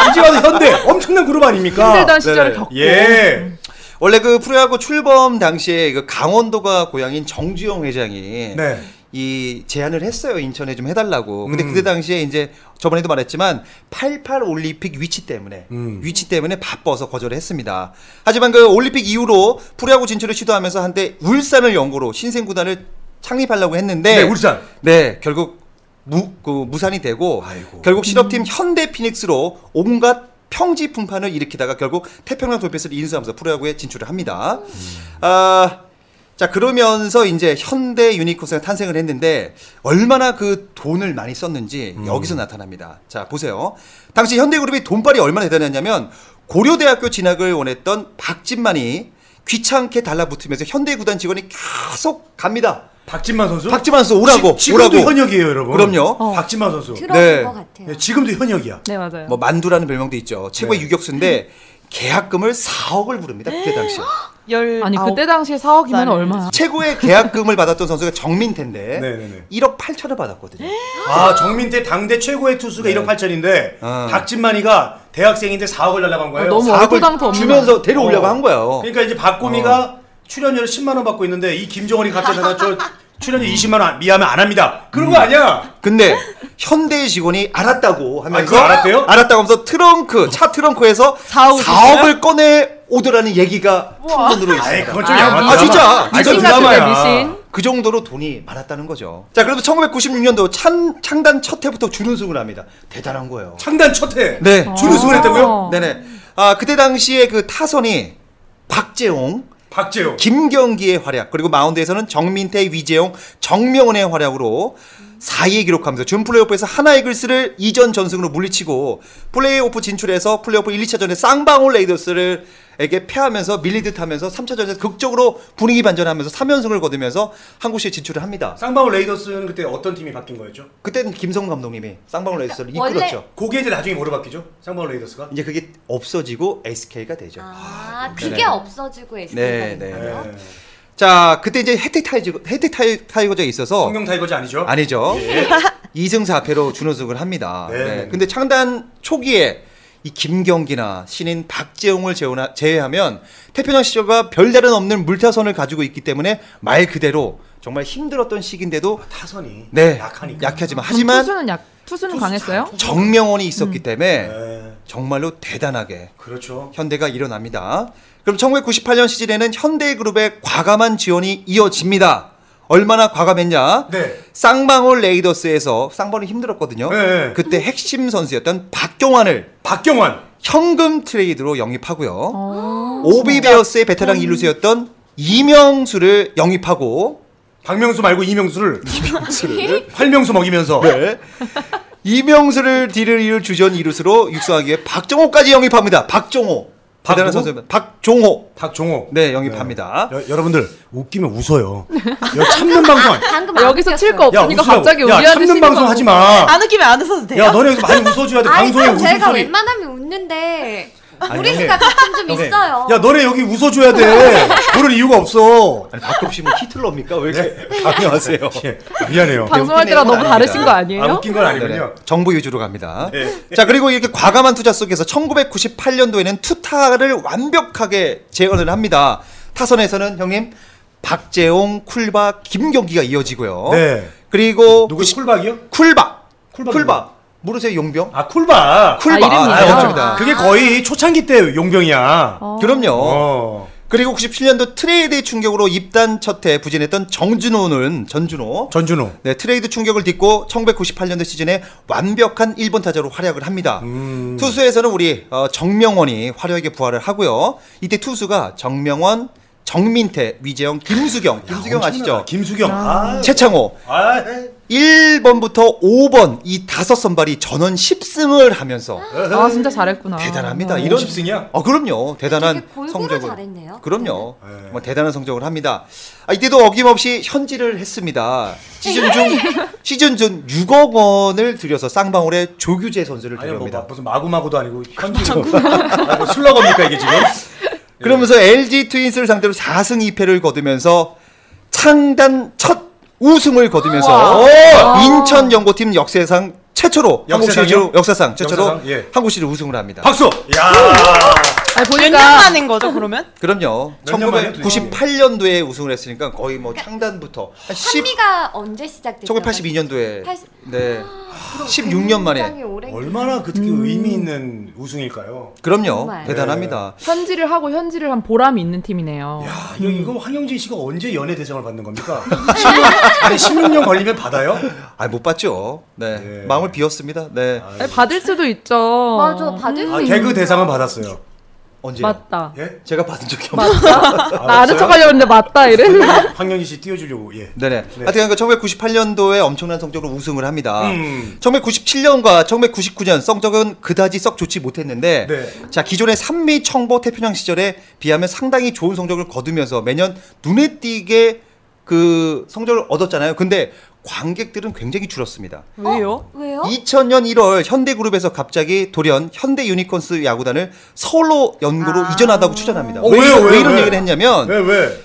C: 이제 와서 현대 엄청난 그룹 아닙니까?
F: 힘들던 시절을
B: 네네.
F: 겪고
C: 예.
B: 원래 그 프로야구 출범 당시에 그 강원도가 고향인 정주영 회장이
C: 네.
B: 이 제안을 했어요. 인천에 좀 해달라고. 근데
C: 음.
B: 그때 당시에 이제 저번에도 말했지만 88 올림픽 위치 때문에
C: 음.
B: 위치 때문에 바빠서 거절했습니다. 하지만 그 올림픽 이후로 프로야구 진출을 시도하면서 한때 울산을 연고로 신생 구단을 창립하려고 했는데
C: 네, 울산.
B: 네, 결국 무, 그 무산이 되고
C: 아이고.
B: 결국 실업팀 현대 피닉스로 온갖 평지 풍판을 일으키다가 결국 태평양 돌패스를 인수하면서 프로야구에 진출을 합니다. 아, 자 그러면서 이제 현대 유니콘스가 탄생을 했는데 얼마나 그 돈을 많이 썼는지
C: 음.
B: 여기서 나타납니다. 자 보세요. 당시 현대그룹이 돈빨이 얼마나 대단했냐면 고려대학교 진학을 원했던 박진만이 귀찮게 달라붙으면서 현대 구단 직원이 계속 갑니다.
C: 박진만 선수?
B: 박지만 선수 오라고
C: 지, 지금도
B: 오라고
C: 현역이에요, 여러분.
B: 그럼요.
F: 어.
C: 박진만 선수.
D: 들어온
B: 네.
D: 것 같아요.
C: 예, 지금도 현역이야.
F: 네 맞아요.
B: 뭐 만두라는 별명도 있죠 최고의
C: 네.
B: 유격수인데 계약금을 4억을 부릅니다 그때 당시
E: 열
F: 아니 그때 당시에 4억이면
E: 난-
F: 얼마야?
B: 최고의 계약금을 받았던 선수가 정민태인데
C: 네, 네, 네.
B: 1억 8천을 받았거든요
C: 아, 정민태 당대 최고의 투수가 1억 8천인데
B: 네. 아.
C: 박진만이가 대학생인데 4억을 달라고 한 거예요.
F: 아, 너무
B: 4억을
F: 얼토당토 없는
B: 주면서 데려오려고
C: 어.
B: 한 거예요
C: 그러니까 이제 박고미가 출연료를 10만 원 받고 있는데 이 김정은이 갑자기 나저 출연료 20만 원 미하면 안 합니다. 그런 거 아니야?
B: 근데 현대의 직원이 알았다고 하면서
C: 그거 알았대요?
B: 알았다고 하면서 트렁크 차 트렁크에서
F: 4억 을
B: 4억을 꺼내 오더라는 얘기가 풍문으로
C: 아이
B: 있습니다
C: 그건 좀
F: 아,
C: 양아.
B: 아, 진짜.
C: 아,
F: 미신
C: 이건
F: 같은데
C: 드라마야.
F: 미신.
B: 그 정도로 돈이 많았다는 거죠. 자, 그래서 1996년도 창, 창단 첫 해부터 준우승을 합니다. 대단한 거예요.
C: 창단 첫 해.
B: 네.
D: 아.
C: 준우승을 했다고요?
F: 어.
B: 네네. 아 그때 당시에 그 타선이 박재홍,
C: 박재호.
B: 김경기의 활약 그리고 마운드에서는 정민태, 위재용, 정명훈의 활약으로 4위에 기록하면서 준 플레이오프에서 하나 이글스를 이전 전승으로 물리치고 플레이오프 진출해서 플레이오프 1, 2차전에 쌍방울 레이더스를 에게 패하면서 밀리듯 하면서 3차전에서 극적으로 분위기 반전하면서 3연승을 거두면서 한국 시에 진출을 합니다.
C: 쌍방울 레이더스는 그때 어떤 팀이 바뀐 거였죠?
B: 그때는 김성 감독님이 쌍방울 레이더스를
D: 원래-
B: 이끌었죠.
C: 그게 이제 나중에 뭐로 바뀌죠? 쌍방울 레이더스가?
B: 이제 그게 없어지고 SK가 되죠.
D: 아,
B: 그러네.
D: 그게 없어지고
B: 네,
D: SK가
B: 네.
C: 네.
D: 거예요?
B: 자, 그때 이제 혜택 타이거, 혜택 타이, 타이거가 있어서
C: 성경 타이거즈 아니죠?
B: 아니죠. *laughs*
C: 예.
B: 2승 4패로 준우승을 합니다.
C: 네.
B: 네. 근데 창단 초기에 이 김경기나 신인 박재홍을 제외나- 제외하면 태평양 시절과 별다른 없는 물타선을 가지고 있기 때문에 말 그대로 정말 힘들었던 시기인데도
C: 타선이
B: 네,
C: 약하니까.
B: 약하지만
F: 그럼
B: 하지만
F: 투수는 약 투수는
C: 투수
F: 강했어요?
B: 정명원이 있었기 때문에
C: 네.
B: 정말로 대단하게
C: 그렇죠.
B: 현대가 일어납니다. 그럼 1998년 시즌에는 현대그룹의 과감한 지원이 이어집니다. 얼마나 과감했냐?
C: 네.
B: 쌍방울 레이더스에서 쌍방울이 힘들었거든요.
C: 네.
B: 그때 핵심 선수였던 박경환을
C: 박경환.
B: 현금 트레이드로 영입하고요.
F: 어.
B: 오비베어스의 베테랑 일루수였던 이명수를 영입하고
C: 박명수 말고 이명수를. *laughs* 이명수를. 네. 활명수 먹이면서.
B: 이명수를 딜을 이을 주전 이루수로 육성하기에 박정호까지 영입합니다. 박정호.
C: 박누구?
B: 대단한 선수입니다. 박종호.
C: 박종호.
B: 네, 영입합니다.
C: 여, 여러분들 웃기면 웃어요. 야, 참는 방송. 아니-
D: 방금 안
F: 여기서 칠 거
D: 웃겼어요.
C: 야
F: 없으니까
C: 웃으라고.
F: 갑자기
C: 야
F: 우리한테
C: 참는
F: 치는
C: 방송 하지 마.
E: 안 웃기면 안 웃어도 돼요?
C: 야 너네 여기서 많이 웃어줘야 돼.
D: 아니
C: 방송에
D: 참 제가
C: 웃음소리.
D: 웬만하면 웃는데
B: 아니,
D: 우리
B: 형님.
D: 가끔
C: *laughs*
D: 좀
B: 형님.
D: 있어요.
C: 야 너네 여기 웃어줘야 돼. 그럴 이유가 없어.
B: 아니, 박급씨뭐 히틀러입니까? 왜 이렇게 강요하세요?
C: 예, 미안해요.
F: 방송할 때랑 너무
B: 아닙니다.
F: 다르신 거 아니에요?
C: 아 웃긴 건
B: 네, 네.
C: 아니군요.
B: 정부 위주로 갑니다.
C: 네.
B: 자 그리고 이렇게 과감한 투자 속에서 1998년도에는 투타를 완벽하게 재건을 합니다. 타선에서는 형님 박재홍, 쿨바, 김경기가 이어지고요.
C: 네.
B: 그리고
C: 누구 쿨박이요?
B: 쿨박.
C: 쿨박
B: 쿨박. 모르세요, 용병?
C: 아 쿨박.
B: 쿨박.
F: 이름이에요?
B: 아, 맞습니다.
C: 그게 거의 초창기 때 용병이야.
F: 아.
C: 어.
B: 그럼요. 그리고 97년도 트레이드의 충격으로 입단 첫해 부진했던 정준호는 전준호.
C: 전준호.
B: 네, 트레이드 충격을 딛고 1998년도 시즌에 완벽한 일본 타자로 활약을 합니다.
C: 음.
B: 투수에서는 우리 어, 정명원이 화려하게 부활을 하고요. 이때 투수가 정명원, 정민태, 위재영, 김수경. 김수경 아시죠?
C: 어, 김수경. 아,
B: 최창호.
C: 아,
B: 1번부터 5번 이 다섯 선발이 전원 10승을 하면서
F: 아 진짜 잘했구나. 아.
B: 대단합니다.
C: 이런
B: 이런
C: 승이야.
B: 어 그럼요. 대단한
D: 되게 골고루
B: 성적을
D: 잘했네요.
B: 그럼요. 정말 대단한 성적을 합니다. 아, 이때도 어김없이 현질을 했습니다. 시즌
D: *laughs*
B: 중 시즌 전 6억 원을 들여서 쌍방울의 조규재 선수를
C: 아니 뭐
B: 데려옵니다.
C: 막 무슨 마구마구도
F: *laughs*
C: 아니고 현지로. 아, 뭐 슬러겁니까 이게 지금? 예.
B: 그러면서 LG 트윈스를 상대로 4승 2패를 거두면서 창단 첫 우승을
C: 아.
B: 거두면서 어, 인천 연고팀 역세상 최초로 한국
C: 역세상이요?
B: 시리즈로 역사상 최초로
C: 역사상? 예.
B: 한국 시리즈 우승을 합니다.
C: 박수. 야.
F: 아니
E: 몇년
F: 보니까
E: 만인 거죠 그러면?
B: 그럼요.
C: 몇년 만에
B: 1998년도에 우승을 했으니까 거의 뭐
D: 그러니까
B: 창단부터 한 10,
D: 한미가 언제 시작됐죠?
B: 1982년도에
D: 팔십- 아,
B: 네 16년 만에
D: 굉장히 오래
C: 얼마나 그게
F: 음.
C: 의미 있는 우승일까요?
B: 그럼요
D: 정말.
C: 네.
B: 대단합니다.
F: 현지를 하고 현지를 한 보람이 있는 팀이네요.
C: 아, 이거, 이거 황영진 씨가 언제 연예 대상을 받는 겁니까? *laughs* 16, 아니 16년 걸리면 받아요?
B: 아못 봤죠. 네
C: 네.
B: 마음을 비웠습니다. 네
F: 아니, 받을 수도 있죠.
D: 어. 맞아 받을
C: 예. 아,
D: 수
C: 개그
D: 있는
C: 대상은 받았어요.
B: 언제
F: 맞다.
C: 예?
B: 제가 받은 적이 없어요.
F: 나 아는 척하려고 했는데 맞다 이래. 아,
C: 황영진 씨 띄워주려고 예.
B: 네네. 하여튼 그 1998년도에 엄청난 성적으로 우승을
F: 아.
B: 합니다.
C: 음.
B: 1997년과 1999년 성적은 그다지 썩 좋지 못했는데
C: 네.
B: 자 기존의 산미 청보 태평양 시절에 비하면 상당히 좋은 성적을 거두면서 매년 눈에 띄게 그 성적을 얻었잖아요. 근데 관객들은 굉장히 줄었습니다.
E: 왜요?
D: 왜요?
B: 2000년 1월 현대그룹에서 갑자기 돌연 현대 유니콘스 야구단을 서울로 연구로 이전하다고 추천합니다.
C: 어,
B: 왜,
C: 왜요?
B: 왜
C: 왜요?
B: 이런
C: 왜?
B: 얘기를 했냐면
C: 왜 왜?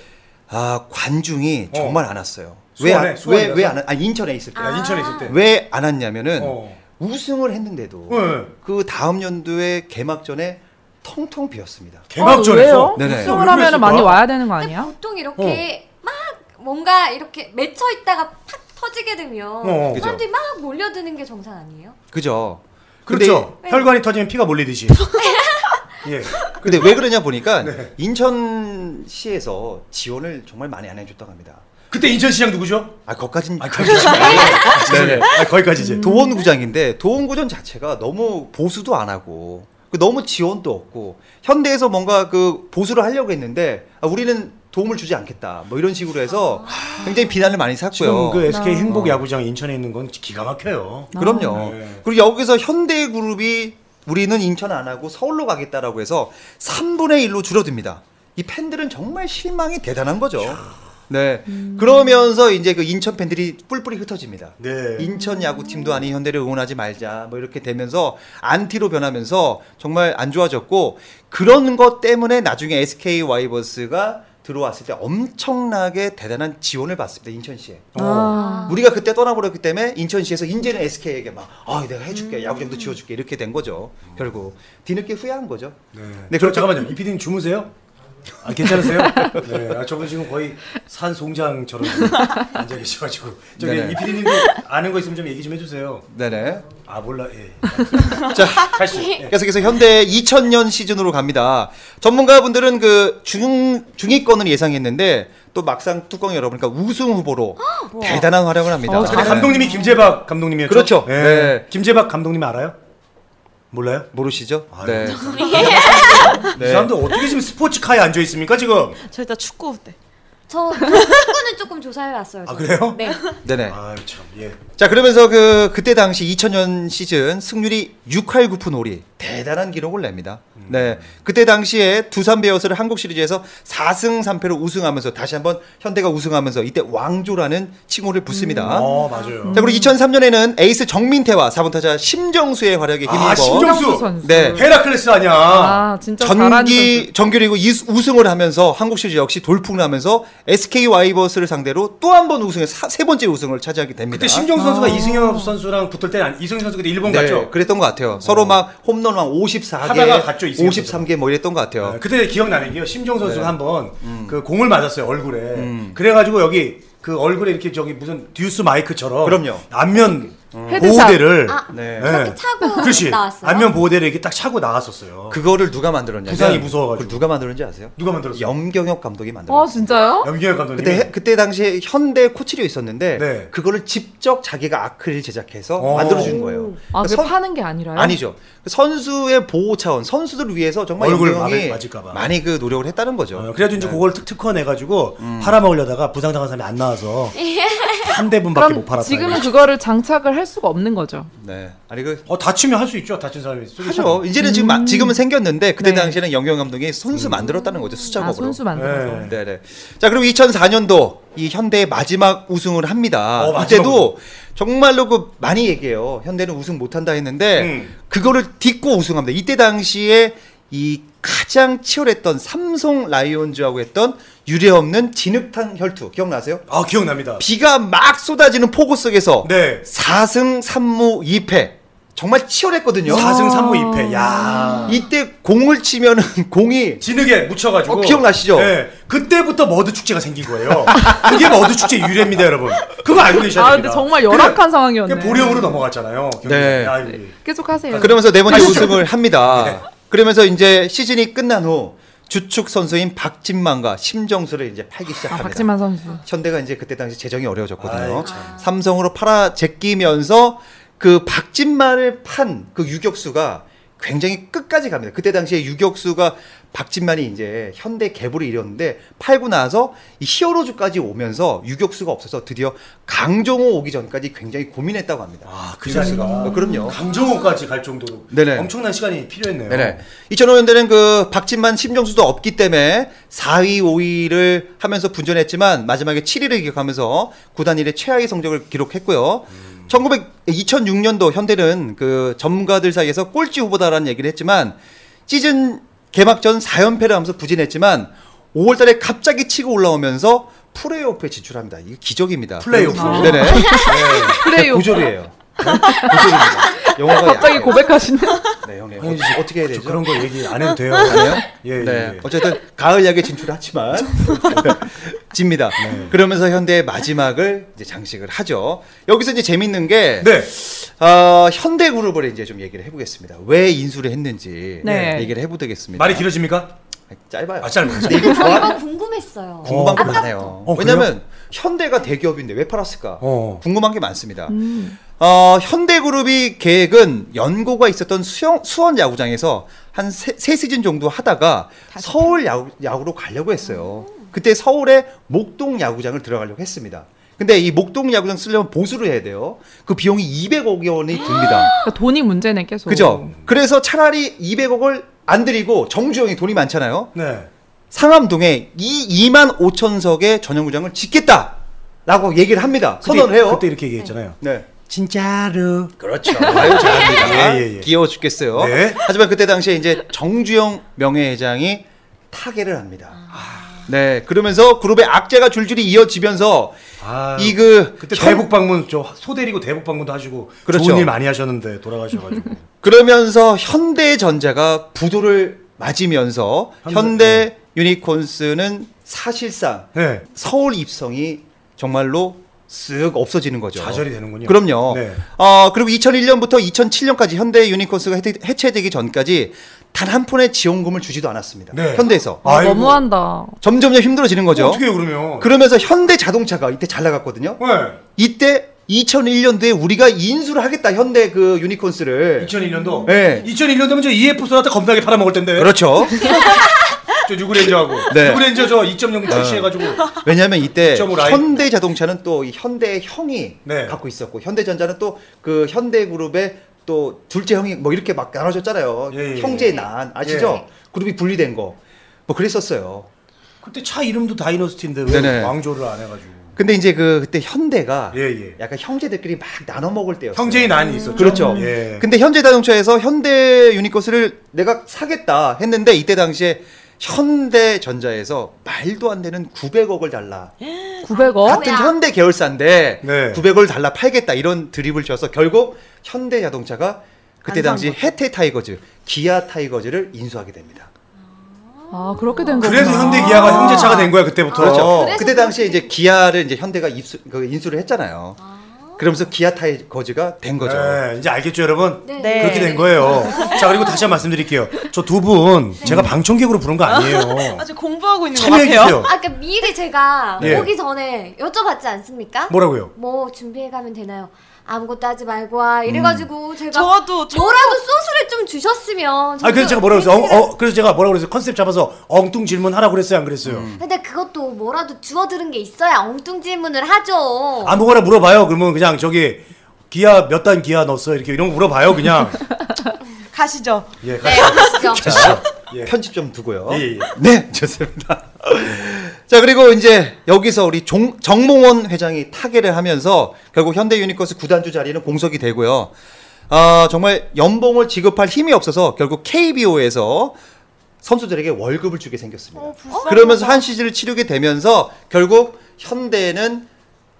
B: 아 관중이
C: 어.
B: 정말 안 왔어요.
C: 수원에, 수원이라서?
B: 왜왜왜안 아, 인천에 있을 때.
C: 야, 인천에 있을 때.
B: 왜 안
F: 음. 아,
B: 왔냐면은
C: 어.
B: 우승을 했는데도
C: 네.
B: 그 다음 연도에 개막전에 텅텅 비었습니다.
C: 개막전에서 뭐
F: 어,
B: 네네.
F: 왜요? 우승을 하면 은 많이 와야 되는 거 아니야?
D: 보통 이렇게
C: 어.
D: 막 뭔가 이렇게 맺혀 있다가 팍 터지게 되면
C: 어, 그죠.
D: 사람들이 막 몰려드는 게 정상 아니에요?
B: 그죠? 근데-
C: 그렇죠. 혈관이 터지면 피가 몰리듯이.
F: 네.
C: 예.
B: 근데 왜 그러냐
C: *laughs*
B: 보니까
C: 네.
B: 인천시에서 지원을 정말 많이 안 해줬다고 합니다.
C: 그때 인천시장 누구죠?
B: 아 거기까지는
C: 아 거기까지.
B: *laughs*
C: 네네. 아 거기까지지.
B: 도원구장인데 도원구장 자체가 너무 보수도 안 하고 그 너무 지원도 없고 현대에서 뭔가 그 보수를 하려고 했는데 아, 우리는 도움을 주지 않겠다 뭐 이런 식으로 해서 굉장히 비난을 많이 샀고요.
C: 아. 지금 그 SK 행복
B: 어.
C: 야구장 인천에 있는 건 기가 막혀요.
B: 그럼요.
C: 네.
B: 그리고 여기서 현대그룹이 우리는 인천 안 하고 서울로 가겠다라고 해서 3분의 1로 줄어듭니다. 이 팬들은 정말 실망이 대단한 거죠. 네.
C: 음.
B: 그러면서 이제 그 인천 팬들이 뿔뿔이 흩어집니다.
C: 네.
B: 인천 야구팀도 아닌 현대를 응원하지 말자 뭐 이렇게 되면서 안티로 변하면서 정말 안 좋아졌고 그런 것 때문에 나중에 SK 와이버스가 들어왔을 때 엄청나게 대단한 지원을 받습니다 인천시에
C: 어.
F: 아.
B: 우리가 그때 떠나버렸기 때문에 인천시에서 이제는 SK에게 막아 내가 해줄게 야구장도 지어줄게 이렇게 된 거죠 결국 뒤늦게 후회한 거죠
C: 네, 저, 잠깐만요. 이 PD님 주무세요? 아, 괜찮으세요? 네, 아, 저분 지금 거의 산 송장처럼 *laughs* 앉아 계셔가지고. 저기
B: 네네.
C: 이 PD님도 아는 거 있으면 좀 얘기 좀 해주세요.
B: 네네
C: 아, 몰라. 예.
B: 자
C: 다시. 예.
B: 계속해서 현대 2000년 시즌으로 갑니다. 전문가분들은 그 중, 중위권을 예상했는데 또 막상 뚜껑 열어보니까 우승 후보로 대단한 활약을 합니다. 아,
F: 어,
C: 근데 감독님이 김재박 감독님이었죠?
B: 그렇죠.
C: 예.
B: 네.
C: 김재박 감독님 알아요? 몰라요?
B: 모르시죠?
C: 아유.
B: 네.
C: 이
B: 네.
C: 사람들 어떻게 지금 스포츠카에 앉아 있습니까 지금?
E: 저 일단 축구 때.
D: 저 축구는 조금 조사해 왔어요.
C: 아, 그래요?
D: 네.
B: 네네.
C: 아유 참 예.
B: 자 그러면서 그 그때 당시 2000년 시즌 승률이 6할 9푼 5리 대단한 기록을 냅니다. 네 그때 당시에 두산 베어스를 한국 시리즈에서 4승 3패로 우승하면서 다시 한번 현대가 우승하면서 이때 왕조라는 칭호를 붙습니다.
C: 어 맞아요.
B: 자 그리고 2003년에는 에이스 정민태와 4번 타자 심정수의 활약에 힘입어
C: 아
F: 심정수
C: 심정수.
F: 선수.
B: 네.
C: 헤라클레스 아니야.
F: 아 진짜 잘하는
B: 전기 정규리그 이 우승을 하면서 한국 시리즈 역시 돌풍나면서 SK 와이버스를 상대로 또 한 번 우승해 사- 세 번째 우승을 차지하게 됩니다.
C: 그때 심정수 선수가
F: 아.
C: 이승엽 선수랑 붙을 때 이승엽 선수 그때 일본
B: 네,
C: 갔죠. 어.
B: 그랬던 것 같아요. 서로 막 홈런 막 54개,
C: 하다가 갔죠, 이승엽
B: 53개 뭐 이랬던 것 같아요. 네. 음.
C: 그 아, 그때 기억나는 게요. 심정 선수가 한번 그 공을 맞았어요 얼굴에. 그래가지고 여기 그 얼굴에 이렇게 저기 무슨 듀스 마이크처럼
B: 그럼요. 음.
C: 안면
F: 헤드샷.
C: 보호대를
D: 아,
B: 네.
D: 그렇게 차고
C: 그렇지.
D: 나왔어요?
C: 안면 보호대를 이렇게 딱 차고 나갔었어요.
B: 그거를 누가 만들었냐면
C: 부산이 무서워가지고.
B: 그걸 누가 만들었는지 아세요?
C: 누가 만들었어요?
B: 염경엽 감독이 만들었어요.
F: 아 진짜요?
C: 염기현 감독님.
B: 그때 해- 그때 당시에 현대 코치료 있었는데
C: 네.
B: 그거를 직접 자기가 아크릴 제작해서
C: 오.
B: 만들어 준 거예요. 그러니까
F: 아, 그
B: 선-
F: 파는 게 아니라요?
B: 아니죠. 그 선수의 보호 차원, 선수들을 위해서 정말
C: 얼굴
B: 염경이
C: 맞을- 맞을까봐.
B: 많이 그 노력을 했다는 거죠.
C: 어, 그래가지고
B: 네.
C: 이제 그걸 특 특허내가지고
B: 음.
C: 팔아먹으려다가 부상당한 사람이 안
F: *laughs*
C: 나와서 한 대분밖에 못
F: 그럼
C: 팔았다.
F: 지금은
C: 이거.
F: 그거를 장착을 할 수가 없는 거죠.
B: 네. 아니 그
C: 어 다치면 할 수 있죠. 다친 사람이
B: 하죠. 이제는 지금 마- 지금은 생겼는데 그때
F: 음. 네.
B: 당시에는 영경 감독이 손수
C: 음.
B: 만들었다는 거죠.
F: 아
B: 수작업으로.
F: 손수 만들어서.
C: 네.
B: 네네. 자 그리고 2004년도 이 현대의 마지막 우승을 합니다.
C: 어,
B: 그때도 정말로 그 많이 얘기해요. 현대는 우승 못한다 했는데
C: 음.
B: 그거를 딛고 우승합니다. 이때 당시에 이 가장 치열했던 삼성 라이온즈하고 했던 유례없는 진흙탕 혈투 기억나세요?
C: 아 기억납니다.
B: 비가 막 쏟아지는 폭우 속에서
C: 네.
B: 4승 3무 2패 정말 치열했거든요.
C: 4승 3무 2패. 야.
B: 이때 공을 치면은 *laughs* 공이
C: 진흙에 묻혀가지고.
B: 어, 기억나시죠?
C: 네. 그때부터 머드 축제가 생긴 거예요. 그게 머드 축제 유래입니다, 여러분. 그거 알고 계셔야
F: 아
C: 됩니다.
F: 근데 정말 열악한 상황이었네.
C: 그냥 보령으로 넘어갔잖아요. 아, 경기.
B: 네.
C: 야, 이거.
F: 계속 하세요.
B: 그러면서 네 번째 우승을 합니다. 그러면서 이제 시즌이 끝난 후 주축 선수인 박진만과 심정수를 이제 팔기
F: 아
B: 시작합니다.
F: 박진만 선수.
B: 현대가 이제 그때 당시 재정이 어려워졌거든요.
C: 아이, 참.
B: 삼성으로 팔아 제끼면서 그 박진만을 판 그 유격수가 굉장히 끝까지 갑니다. 그때 당시에 유격수가 박진만이 이제 현대 개부를 이뤘는데 팔고 나서 이 히어로즈까지 오면서 유격수가 없어서 드디어 강정호 오기 전까지 굉장히 고민했다고 합니다.
C: 아, 그 자리가.
B: 어, 그럼요.
C: 강정호까지 갈 정도로
B: 네네.
C: 엄청난 시간이 필요했네요.
B: 네네. 2005년대는 그 박진만 심정수도 없기 때문에 4위, 5위를 하면서 분전했지만 마지막에 7위를 기록하면서 구단 일의 최하위 성적을 기록했고요.
C: 음.
B: 1900, 2006년도 현대는 그 전문가들 사이에서 꼴찌 후보다라는 얘기를 했지만 시즌 개막 전 4연패를 하면서 부진했지만 5월 달에 갑자기 치고 올라오면서 플레이오프에 진출합니다. 이게 기적입니다. 음.
C: 플레이오프. *laughs*
B: 네네.
F: 플레이오프.
B: 고졸이에요. 고졸입니다. 영어가
F: 갑자기 그러니까
B: 약해요.
F: 고백하시는.
B: 네, 형님.
C: 황현진
B: 어떻게,
C: 씨,
B: 어떻게 해야
C: 저
B: 되죠?
C: 그런 거 얘기 안 해도
B: *laughs*
C: 돼요. 예, 예,
B: 네.
C: 예.
B: 어쨌든 가을 야구에 진출하지만 집니다. 그러면서 현대의 마지막을 이제 장식을 하죠. 여기서 이제 재밌는 게
C: 네.
B: 어, 현대 그룹을 이제 좀 얘기를 해보겠습니다. 왜 인수를 했는지
F: 네.
B: 얘기를 해보겠습니다.
C: 말이 길어집니까?
B: 짧아요.
C: 아, 짧아요.
B: 근데 이거
D: 저
B: 좋아?
D: 이거 궁금했어요.
B: 궁금한 게 많아요.
C: 어, 그래요?
B: 왜냐면 현대가 대기업인데 왜 팔았을까?
C: 어.
B: 궁금한 게 많습니다.
C: 음.
B: 어, 현대그룹이 계획은 연고가 있었던 수영, 수원 야구장에서 한 세, 세 시즌 정도 하다가 서울 야구, 야구로 가려고 했어요.
C: 음.
B: 그때 서울의 목동 야구장을 들어가려고 했습니다. 근데 이 목동 야구장 쓰려면 보수를 해야 돼요. 그 비용이 200억 원이 듭니다.
F: 그러니까 돈이 문제네 계속.
B: 그죠?
C: 음.
B: 그래서 차라리 200억을 안 드리고 정주영이 돈이 많잖아요.
C: 네.
B: 상암동에 이 2만 5천석의 전용구장을 짓겠다라고 얘기를 합니다. 선언을 해요.
C: 그때 이렇게 얘기했잖아요.
B: 네.
C: 진짜로.
B: 그렇죠. 아유 잘합니다.
C: 예, 예, 예.
B: 귀여워 죽겠어요.
C: 네.
B: 하지만 그때 당시에 이제 정주영 명예회장이 타계를 합니다. 네. 그러면서 그룹의 악재가 줄줄이 이어지면서
C: 아,
B: 이 그
C: 그때 대북 방문 저 소대리고 대북 방문도 하시고
B: 그렇죠.
C: 좋은 일 많이 하셨는데
B: *laughs*
C: 돌아가셔가지고
B: 그러면서 현대전자가 부도를 맞으면서 현대
C: 현대-
B: 유니콘스는 사실상
C: 네.
B: 서울 입성이 정말로 쓱 없어지는 거죠.
C: 좌절이 되는군요.
B: 그럼요.
C: 네.
B: 어, 그리고 2001년부터 2007년까지 현대 유니콘스가 해체- 해체되기 전까지 단 한 푼의 지원금을 주지도 않았습니다.
C: 네.
B: 현대에서.
F: 아,
C: 아이고.
F: 너무한다.
B: 점점점 힘들어지는 거죠.
C: 어떻게 해요 그러면?
B: 그러면서 현대 자동차가 이때 잘 나갔거든요.
C: 네.
B: 이때 2001년도에 우리가 인수를 하겠다 현대 그 유니콘스를.
C: 2001년도.
B: 네.
C: 2001년도면 저 EF 소나타 겁나게 팔아먹을 텐데.
B: 그렇죠.
C: 저 뉴그랜저하고.
B: *laughs* 네.
C: 뉴그랜저 저 2.0 출시해가지고.
B: 왜냐하면 이때
C: 2.5 라인.
B: 현대 자동차는 또 이 현대의 형이
C: 네.
B: 갖고 있었고 현대전자는 또 그 현대그룹의 또 둘째 형이 뭐 이렇게 막 나눠졌잖아요.
C: 예, 예.
B: 형제의 난 아시죠?
C: 예.
B: 그룹이 분리된 거. 뭐 그랬었어요.
C: 그때 차 이름도 다이너스티인데 왜
B: 네네.
C: 왕조를 안 해가지고.
B: 근데 이제 그 그때 현대가
C: 예, 예.
B: 약간 형제들끼리 막 나눠 먹을 때였어요.
C: 형제의 난이 있었죠.
B: 그렇죠.
C: 예.
B: 근데 현대 자동차에서 현대 유니코스를 내가 사겠다 했는데 이때 당시에 현대전자에서 말도 안 되는 900억을 달라
F: 900억.
B: 같은
D: 뭐야?
B: 현대 계열사인데
C: 네.
B: 900을 달라 팔겠다 이런 드립을 쳐서 결국 현대자동차가 그때
G: 안 사온
B: 당시
G: 거죠.
B: 해태 타이거즈, 기아 타이거즈를 인수하게 됩니다.
F: 아 그렇게 된 거구나.
C: 그래서 현대 기아가 형제차가 된 거야 그때부터.
B: 그렇죠.
D: 그래서
B: 그때 당시에 이제 기아를 이제 현대가 입수, 그 인수를 했잖아요. 그러면서 기아 타이 거즈가 된 거죠.
C: 네, 이제 알겠죠 여러분?
D: 네.
E: 네.
C: 그렇게 된 거예요. 자 그리고 다시 한 번 말씀드릴게요. 저 두 분 제가 방청객으로 부른 거 아니에요.
E: 아직 공부하고 있는 것
C: 참여해
E: 같아요.
C: 주세요.
D: 아까 그러니까 미리 제가
C: 예.
D: 오기 전에 여쭤봤지 않습니까?
C: 뭐라고요?
D: 뭐 준비해가면 되나요? 아무것도 하지 말고 와 이래가지고 제가
E: 저도 저
D: 뭐라도 소스를 좀 주셨으면
C: 음. 아 그래서
D: 저도
C: 제가 뭐라고 그랬어요? 어,
D: 얘기를-
C: 어, 그래서 제가 뭐라고 그랬어요? 컨셉 잡아서 엉뚱 질문 하라고 그랬어요? 안 그랬어요?
D: 근데 그것도 뭐라도 주워 들은 게 있어야 엉뚱 질문을 하죠
C: 아무거나 물어봐요. 그러면 그냥 저기 기아 몇 단 기아 넣었어 이렇게 이런 거 물어봐요 그냥.
E: 가시죠.
H: 예, 가-
D: 네 아시죠
B: 자,
H: 예.
B: 편집 좀 두고요.
H: 예, 예, 예.
B: *laughs* 네, 좋습니다. 자, 그리고 이제 여기서 우리 종- 정몽원 회장이 타계를 하면서 결국 현대 유니커스 구단주 자리는 공석이 되고요. 아, 정말 연봉을 지급할 힘이 없어서 결국 KBO에서 선수들에게 월급을 주게 생겼습니다.
E: 어, 불쌍하다.
B: 그러면서 한 시즌을 치르게 되면서 결국 현대는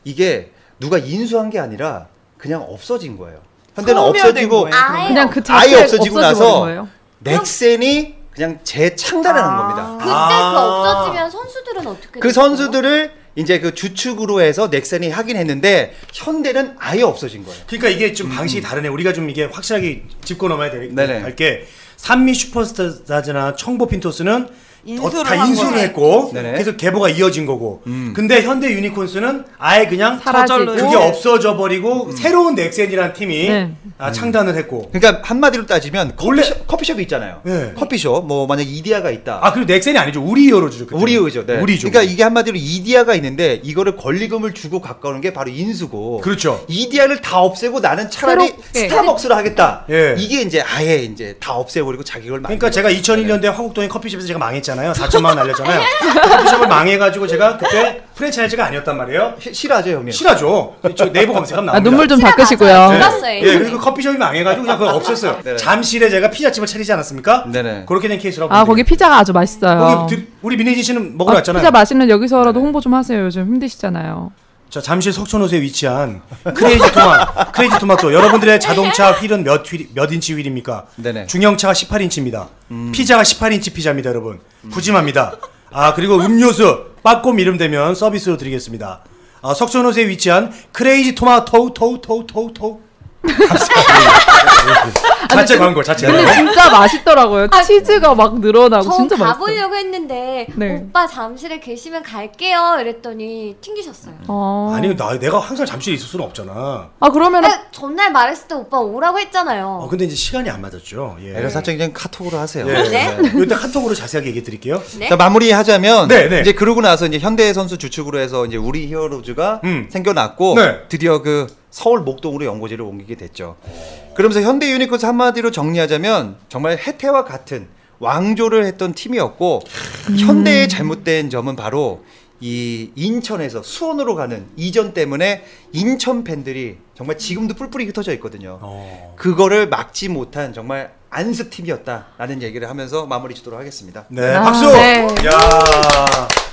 B: 이게 누가 인수한 게 아니라 그냥 없어진 거예요. 현대는
E: 소멸된
B: 없어지고
C: 네,
E: 거예요.
D: 아예
F: 그냥 그
B: 아예
F: 자체가
B: 없어지고
F: 없어져버린
B: 나서
F: 거예요.
B: 넥센이 그냥 재창단을 한 겁니다.
D: 그때
C: 아.
D: 그 없어지면 선수들은 어떻게
B: 그
D: 됐어요?
B: 선수들을 이제 그 주축으로 해서 넥센이 하긴 했는데 현대는 아예 없어진 거예요.
C: 그러니까 이게 좀 방식이 다르네. 우리가 좀 이게 확실하게 짚고 넘어야 될-
B: 네네.
C: 될 게. 산미 슈퍼스타즈나 청보 핀토스는
E: 인수를
C: 다
E: 한
C: 인수를
E: 거네.
C: 했고
B: 네네.
C: 계속 계보가 이어진 거고. 근데 현대 유니콘스는 아예 그냥
F: 사라지고.
C: 저절로 그게 없어져 버리고 새로운 넥센이라는 팀이
F: 네.
C: 아, 창단을 했고.
B: 그러니까 한마디로 따지면
C: 원래-
B: 커피숍, 커피숍이 있잖아요.
C: 네.
B: 커피숍 뭐 만약 이디아가 있다.
C: 아 그리고 넥센이 아니죠. 우리 히어로즈죠. 그때는.
B: 우리 의죠. 네.
C: 우리죠.
B: 그러니까 이게 한마디로 이디아가 있는데 이거를 권리금을 주고 가까우는 게 바로 인수고.
C: 그렇죠.
B: 이디아를 다 없애고 나는 차라리
F: 새롭게.
B: 스타벅스를 하겠다.
C: 예.
B: 이게 이제 아예 이제 다 없애버리고 자기 걸 만든
C: 그러니까 제가 2001년도에 화곡동의 커피숍에서 제가 망했잖아요. 4천만 원
E: *laughs*
C: 날렸잖아요. 커피숍을 망해가지고 제가 그때 프랜차이즈가 아니었단 말이에요.
B: 시- 싫어하죠 형님.
C: 실화죠. 저 네이버 검색하면 나옵니다.
F: 예. 아, 눈물 좀
D: 티가
F: 닦으시고요.
D: 나죠? 몰랐어요,
C: 예,
D: 이거는.
C: 그리고 커피숍이 망해가지고 그냥 그걸
B: *laughs*
C: 없앴어요.
B: 네네.
C: 잠실에 제가 피자집을 차리지 않았습니까?
B: 네네.
C: 그렇게 된 케이스라고.
F: 아
C: 보면
F: 거기 피자가 아주 맛있어요.
C: 돼요. 거기 드- 우리 민혜진 씨는 먹으러
F: 아,
C: 왔잖아요. 네.
F: 피자 맛있는 여기서라도 홍보 좀 하세요. 요즘 힘드시잖아요.
C: 자, 잠실 석촌호수에 위치한 크레이지 토마, 크레이지 토마토. 여러분들의 자동차 휠은 몇 휠, 몇 인치 휠입니까?
B: 네네.
C: 중형차가 18인치입니다. 피자가 18인치 피자입니다, 여러분. 푸짐합니다. 아, 그리고 음료수, 빠꼼 이름 되면 서비스로 드리겠습니다. 아, 석촌호수에 위치한 크레이지 토마토, 토, 토, 토, 토. 감사합니다. *laughs* 자체 광고, 자체
F: 근데 진짜 맛있더라고요. 치즈가 막 늘어나고
D: 저
F: 진짜 맛있어요.
D: 가보려고 했는데
F: 네.
D: 오빠 잠실에 계시면 갈게요 이랬더니 튕기셨어요
C: 음.
F: 어.
C: 아니, 나, 내가 항상 잠실에 있을 수는 없잖아.
F: 아 그러면 은
D: 아, 전날 말했을 때 오빠 오라고 했잖아요
C: 어, 근데 이제 시간이 안 맞았죠. 예.
B: 에러 사정 그냥 카톡으로 하세요.
C: 예.
D: 네.
C: 이때 카톡으로 자세하게 얘기해 드릴게요.
D: 네?
B: 자 마무리하자면
C: 네, 네.
B: 이제 그러고 나서 이제 현대 선수 주축으로 해서 이제 우리 히어로즈가
C: 음.
B: 생겨났고
C: 네.
B: 드디어 그 서울 목동으로 연고지를 옮기게 됐죠. 그러면서 현대 유니콘스 한마디로 정리하자면 정말 해태와 같은 왕조를 했던 팀이었고
D: 음.
B: 현대의 잘못된 점은 바로 이 인천에서 수원으로 가는 이전 때문에 인천 팬들이 정말 지금도 뿔뿔이 흩어져 있거든요.
C: 어.
B: 그거를 막지 못한 정말 안습 팀이었다라는 얘기를 하면서 마무리 짓도록 하겠습니다.
C: 네,
F: 아,
C: 박수.
F: 네.
C: 야.